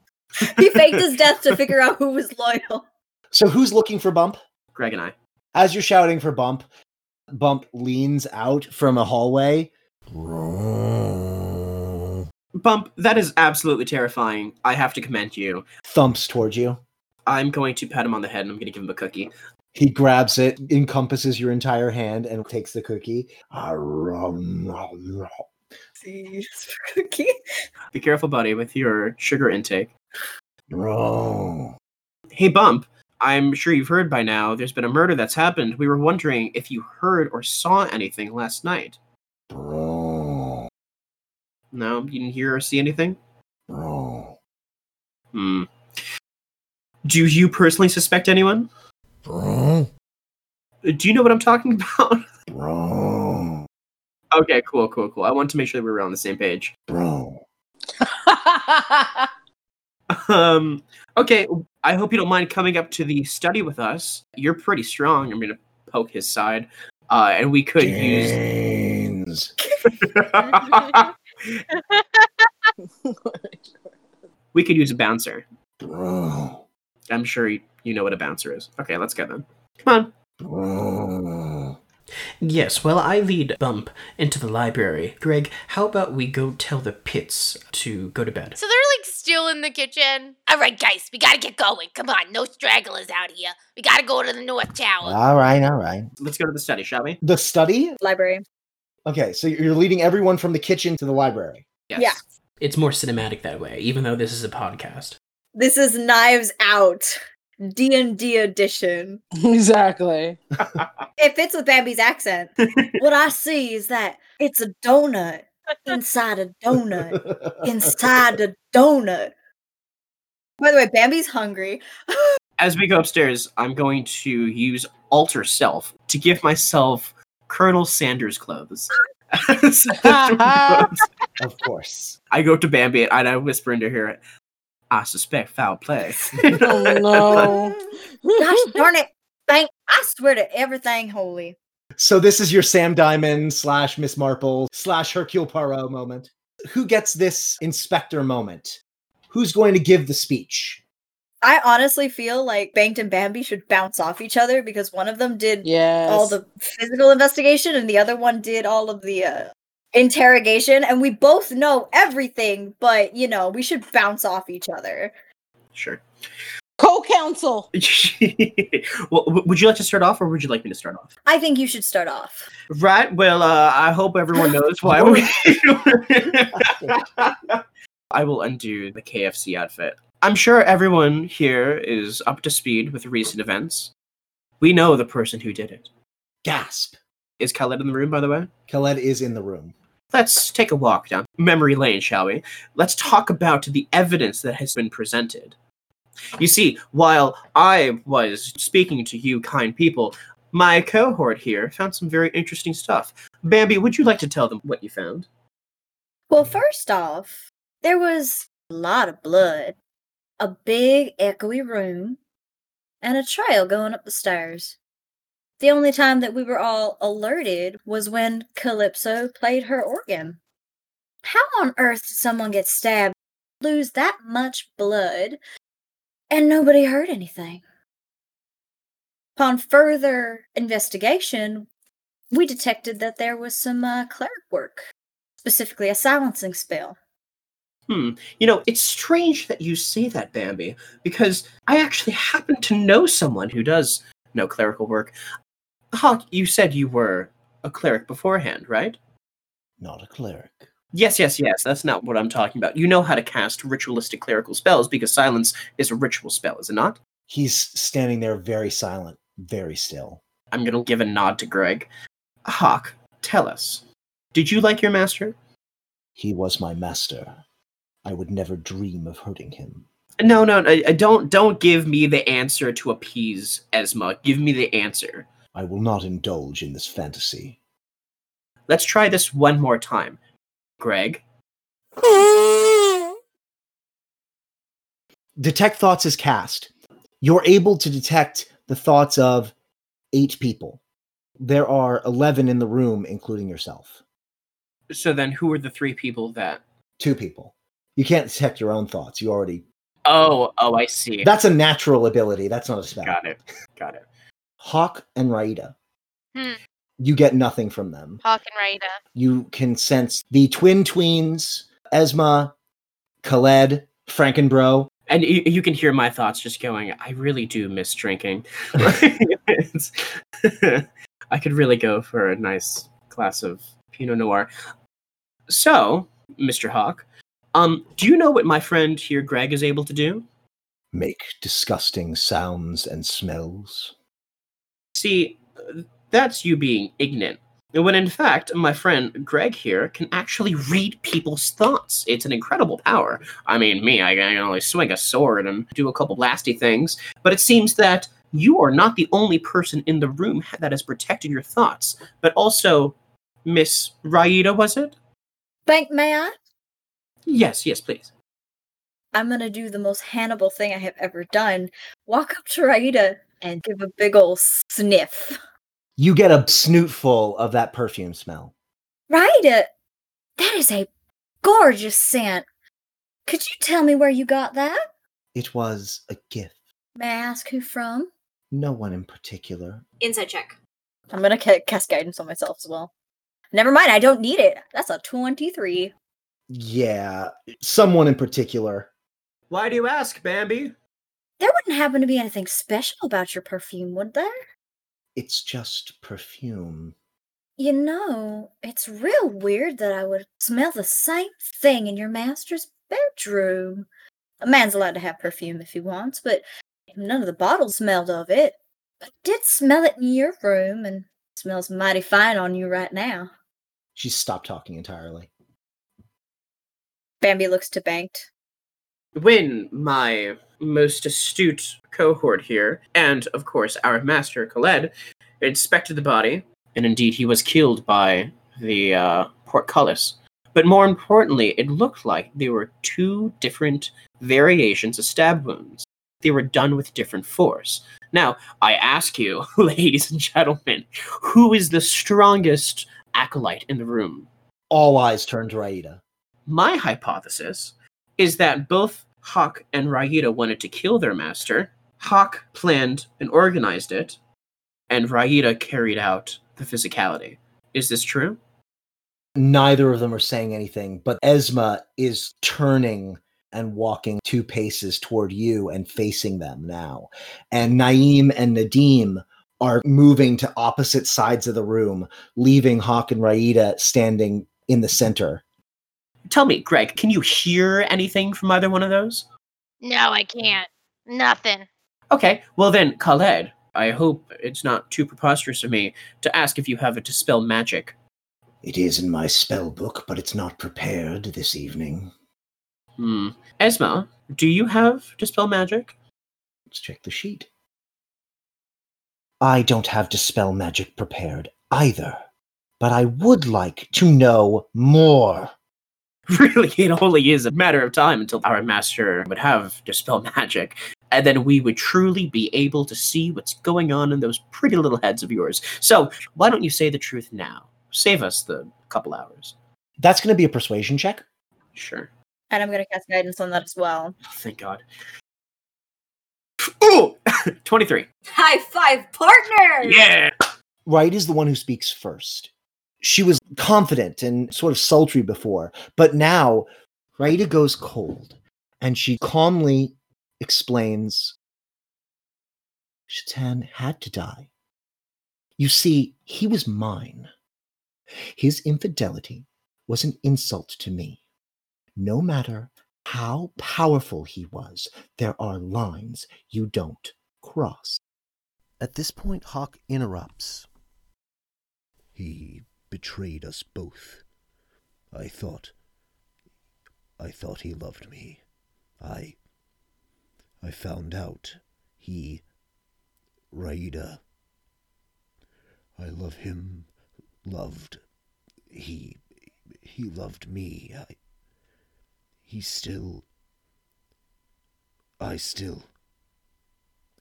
F: he faked his death to figure out who was loyal.
B: So who's looking for Bump?
D: Greg and I.
B: As you're shouting for Bump, Bump leans out from a hallway.
D: Bump, that is absolutely terrifying. I have to commend you.
B: Thumps towards you.
D: I'm going to pat him on the head and I'm going to give him a cookie.
B: He grabs it, encompasses your entire hand, and takes the cookie. Ah,
F: See, cookie.
D: Be careful, buddy, with your sugar intake. Hey, Bump, I'm sure you've heard by now there's been a murder that's happened. We were wondering if you heard or saw anything last night. No, you didn't hear or see anything? Hmm. Do you personally suspect anyone? Do you know what I'm talking (laughs) about? Okay, cool, cool, cool. I want to make sure that we were on the same page. Um, okay, I hope you don't mind coming up to the study with us. You're pretty strong. I'm gonna poke his side, uh, and we could use. (laughs) we could use a bouncer. I'm sure you you know what a bouncer is. Okay, let's go then. Come
J: on. Yes, well, I lead Bump into the library. Greg, how about we go tell the pits to go to bed?
G: So they're like still in the kitchen. All right, guys, we gotta get going. Come on, no stragglers out here. We gotta go to the North Tower.
B: All right, all right.
D: Let's go to the study, shall we?
B: The study?
F: (laughs) Library.
B: Okay, so you're leading everyone from the kitchen to the library.
D: Yes.
F: Yeah.
J: It's more cinematic that way, even though this is a podcast.
F: This is Knives Out. D&D edition.
C: Exactly.
F: It fits with Bambi's
D: (laughs)
F: accent. what I see is that it's a donut
G: (laughs)
F: inside a donut inside a donut. By the way, Bambi's hungry.
D: As we go upstairs, I'm going to use alter self to give myself Colonel Sanders clothes.
B: (laughs)
D: (laughs)
B: of course.
D: I go up to Bambi and I whisper into her, I suspect foul (laughs) play.
C: Oh.
F: Mm, Gosh darn it. Thank I swear to everything holy.
B: So this is your Sam Diamond slash Miss Marple slash Hercule Poirot moment. Who gets this inspector moment? Who's going to give the speech?
F: I honestly feel like Banked and Bambi should bounce off each other because one of them did
C: Yes.
F: all the physical investigation and the other one did all of the uh, interrogation and we both know everything but you know we should bounce off each other
D: Sure. (laughs)
F: (laughs)
C: Co-counsel.
D: well, w- would you like to start off, or would you like me to start off?
F: I think you should start off.
D: Right. Well, uh, I hope (laughs) everyone knows why. we I will undo the KFC outfit. I'm sure everyone here is up to speed with recent events. We know the person who did it.
B: Gasp.
D: Is Khaled in the room, by the way?
B: Khaled is in the room.
D: Let's take a walk down memory lane, shall we? Let's talk about the evidence that has been presented. You see, while I was speaking to you, kind people, my cohort here found some very interesting stuff. Bambi, would you like to tell them what you found?
F: Well, first off, there was a lot of blood, a big echoey room, and a trail going up the stairs. The only time that we were all alerted was when Calypso played her organ. How on earth did someone get stabbed, lose that much blood, and nobody heard anything? Upon further investigation, we detected that there was some uh, cleric work, specifically a silencing spell.
D: Hmm. You know, it's strange that you say that, Bambi, because I actually happen to know someone who does no clerical work. Hawk, you said you were a cleric beforehand, right?
B: Not a cleric.
D: Yes, yes, yes. That's not what I'm talking about. You know how to cast ritualistic clerical spells because silence is a ritual spell, is it not?
B: He's standing there very silent, very still.
D: I'm going to give a nod to Greg. Hawk, tell us. Did you like your master?
B: He was my master. I would never dream of hurting him.
D: No, no, no, I- I don't don't give me the answer to appease Esma. Give me the answer.
B: I will not indulge in this fantasy.
D: Let's try this one more time. Greg,
B: Detect thoughts is cast. You're able to detect the thoughts of eight people. There are 11 in the room, including yourself.
D: so then who are the three people that
B: Two people. You can't detect your own thoughts. You already.
D: Oh, oh, I see.
B: That's a natural ability. That's not a spell.
D: Got it. Got it.
B: Hawk and Raida.
E: Hmm.
B: You get nothing from them.
E: Hawk and Raida.
B: you can sense the twin tweens, Esma, Khaled, Frankenbro.
D: And you, you can hear my thoughts just going, I really do miss drinking. (laughs) I could really go for a nice glass of Pinot Noir. So, Mr. Hawk, um, do you know what my friend here, Greg, is able to do?
B: Make disgusting sounds and smells.
D: See, that's you being ignorant. When in fact, my friend Greg here can actually read people's thoughts. It's an incredible power. I mean, me, I can only swing a sword and do a couple blasty things, but it seems that you are not the only person in the room that has protected your thoughts, but also Miss Raida, was it?
F: Bank, may I?
D: Yes, yes, please.
F: I'm gonna do the most Hannibal thing I have ever done. Walk up to Raida and give a big ol' sniff.
B: You get a snootful of that perfume smell.
F: Raida, that is a gorgeous scent. Could you tell me where you got that?
B: It was a gift.
F: May I ask who from?
B: No one in particular.
I: Insight check.
F: I'm gonna ca- cast guidance on myself as well. Never mind, I don't need it. That's a 23.
B: Yeah, someone in particular.
D: Why do you ask, Bambi?
F: There wouldn't happen to be anything special about your perfume, would there?
B: It's just perfume.
F: You know, it's real weird that I would smell the same thing in your master's bedroom. A man's allowed to have perfume if he wants, but none of the bottles smelled of it. I did smell it in your room, and it smells mighty fine on you right now.
B: She stopped talking entirely.
F: Bambi looks to Banked.
D: when my most astute cohort here, and of course our master Khaled, inspected the body, and indeed he was killed by the uh, portcullis. But more importantly, it looked like there were two different variations of stab wounds. They were done with different force. Now, I ask you, (laughs) ladies and gentlemen, who is the strongest acolyte in the room?
B: All eyes turned to Raida.
D: my hypothesis is that both Hawk and Raida wanted to kill their master. Hawk planned and organized it, and Raida carried out the physicality. Is this true?
B: Neither of them are saying anything, but Esma is turning and walking two paces toward you and facing them now. And Naeem and Nadim are moving to opposite sides of the room, leaving Hawk and Raida standing in the center.
D: Tell me, Greg, can you hear anything from either one of those?
E: No, I can't. Nothing.
D: Okay, well then, Khaled, I hope it's not too preposterous of me to ask if you have a dispel magic.
L: It is in my spell book, but it's not prepared this evening.
D: Hmm. Esma, do you have dispel magic?
B: Let's check the sheet. I don't have dispel magic prepared either, but I would like to know more.
D: (laughs) Really, it only is a matter of time until our master would have dispel magic, and then we would truly be able to see what's going on in those pretty little heads of yours. So, why don't you say the truth now? Save us the couple hours.
B: That's going to be a persuasion check.
D: Sure.
F: And I'm going to cast guidance on that as well.
D: Thank God. (laughs) Ooh! 23.
I: High five, partner!
D: Yeah!
B: Right is the one who speaks first. She was confident and sort of sultry before, but now Raida goes cold and she calmly explains Shatan had to die. You see, he was mine. His infidelity was an insult to me. No matter how powerful he was, there are lines you don't cross.
A: At this point, Hawk interrupts.
K: He betrayed us both. I thought. I thought he loved me. I. I found out he. Raida. I love him. Loved. He. He loved me. I. He still. I still.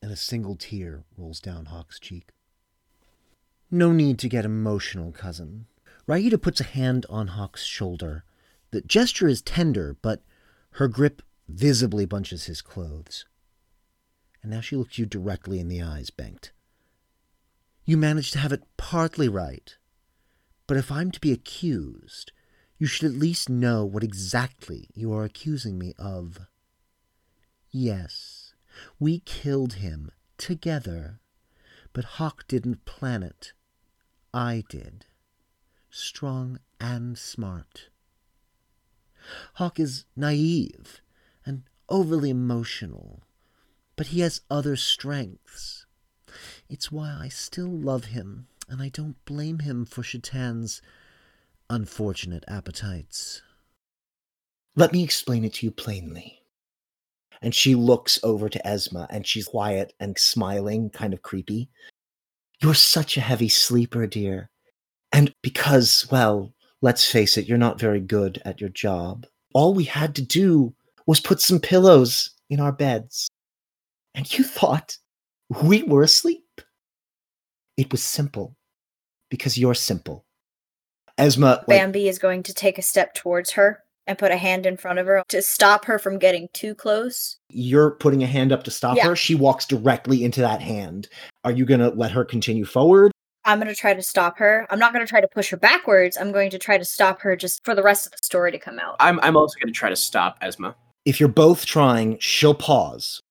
A: And a single tear rolls down Hawk's cheek. No need to get emotional, cousin. Raida puts a hand on Hawk's shoulder. The gesture is tender, but her grip visibly bunches his clothes. And now she looks you directly in the eyes, Bengt. You managed to have it partly right. But if I'm to be accused, you should at least know what exactly you are accusing me of. Yes, we killed him together, but Hawk didn't plan it. I did. Strong and smart. Hawk is naive and overly emotional, but he has other strengths. It's why I still love him, and I don't blame him for Shatan's unfortunate appetites.
B: Let me explain it to you plainly. And she looks over to Esma and she's quiet and smiling, kind of creepy. You're such a heavy sleeper, dear. And because, well, let's face it, you're not very good at your job. All we had to do was put some pillows in our beds. And you thought we were asleep. It was simple because you're simple. Esma, like,
F: Bambi is going to take a step towards her and put a hand in front of her to stop her from getting too close.
B: you're putting a hand up to stop
F: Yeah.
B: her. She walks directly into that hand. Are you going to let her continue forward?
F: I'm going to try to stop her. I'm not going to try to push her backwards. I'm going to try to stop her just for the rest of the story to come out.
D: I'm, I'm also going to try to stop Esma.
B: If you're both trying, she'll pause.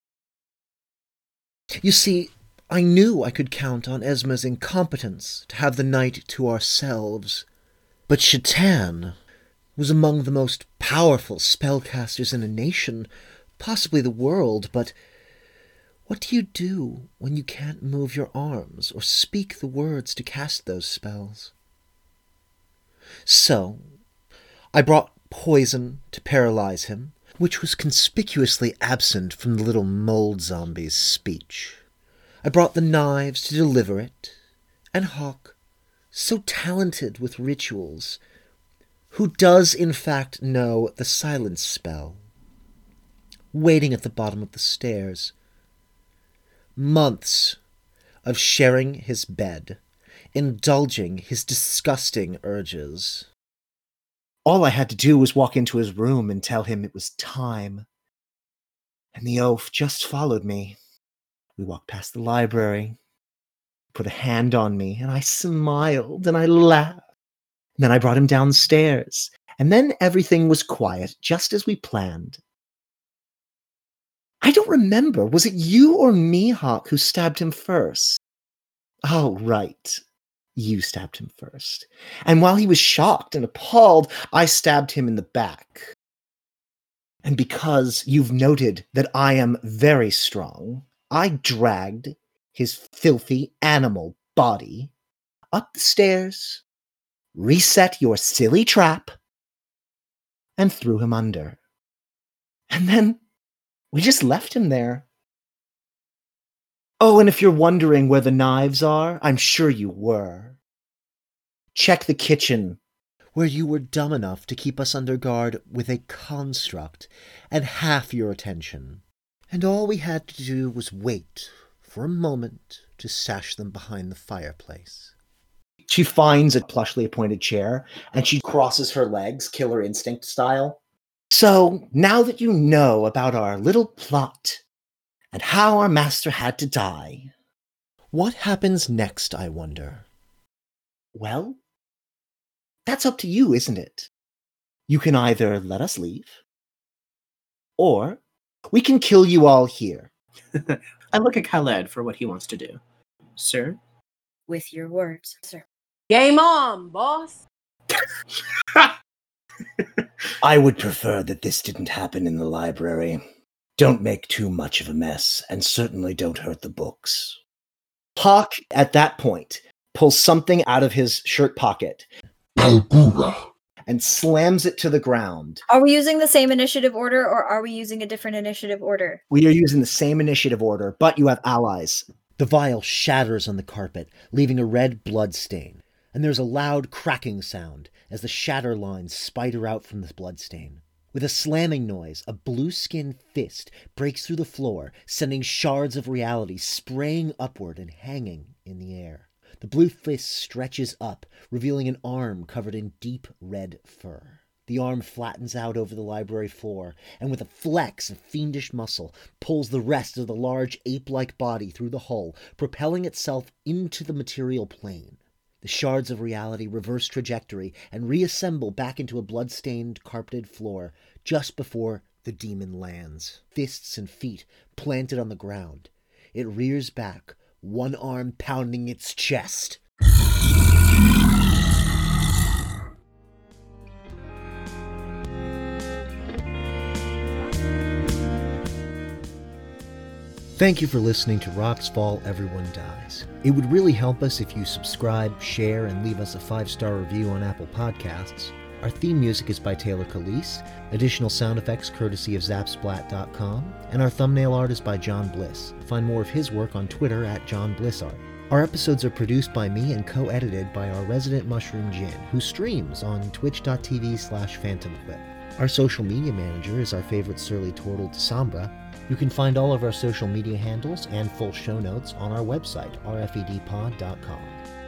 A: You see, I knew I could count on Esma's incompetence to have the night to ourselves. But Shatan was among the most powerful spellcasters in a nation, possibly the world, but what do you do when you can't move your arms or speak the words to cast those spells? So, I brought poison to paralyze him, which was conspicuously absent from the little mold zombie's speech. I brought the knives to deliver it, and Hawk, so talented with rituals, who does in fact know the silence spell, waiting at the bottom of the stairs. Months of sharing his bed, indulging his disgusting urges.
B: All I had to do was walk into his room and tell him it was time. And the oaf just followed me. We walked past the library, put a hand on me, and I smiled and I laughed. And then I brought him downstairs. And then everything was quiet, just as we planned.
A: I don't remember. Was it you or Mihawk who stabbed him first? Oh, right. You stabbed him first. And while he was shocked and appalled, I stabbed him in the back. And because you've noted that I am very strong, I dragged his filthy animal body up the stairs, reset your silly trap, and threw him under. And then we just left him there. Oh, and if you're wondering where the knives are, I'm sure you were. Check the kitchen
B: where you were dumb enough to keep us under guard with a construct and half your attention. And all we had to do was wait for a moment to sash them behind the fireplace.
A: She finds a plushly appointed chair and she crosses her legs, killer instinct style. So now that you know about our little plot and how our master had to die,
B: what happens next, I wonder?
A: Well, that's up to you, isn't it? You can either let us leave, or we can kill you all here.
D: I look at Khaled for what he wants to do. Sir?
F: With your words, sir.
C: Game on, boss.
M: I would prefer that this didn't happen in the library. Don't make too much of a mess, and certainly don't hurt the books.
A: Hawk, at that point, pulls something out of his shirt pocket and slams it to the ground.
F: Are we using the same initiative order or are we using a different initiative order?
A: We are using the same initiative order, but you have allies.
B: The vial shatters on the carpet, leaving a red blood stain, and there's a loud cracking sound as the shatter lines spider out from the bloodstain. With a slamming noise, a blue skinned fist breaks through the floor, sending shards of reality spraying upward and hanging in the air. The blue fist stretches up, revealing an arm covered in deep red fur. The arm flattens out over the library floor, and with a flex of fiendish muscle, pulls the rest of the large ape like body through the hull, propelling itself into the material plane. The shards of reality reverse trajectory and reassemble back into a blood-stained, carpeted floor just before the demon lands, fists and feet planted on the ground. It rears back, one arm pounding its chest. Thank you for listening to Rocks Fall Everyone Dies. It would really help us if you subscribe, share, and leave us a five star review on Apple Podcasts. Our theme music is by Taylor Calise, additional sound effects courtesy of Zapsplat.com, and our thumbnail art is by John Bliss. Find more of his work on Twitter at John Bliss Art. Our episodes are produced by me and co-edited by our resident Mushroom Jin, who streams on twitch.tv slash phantomquip. Our social media manager is our favorite surly turtle, Sombra. You can find all of our social media handles and full show notes on our website, rfedpod.com.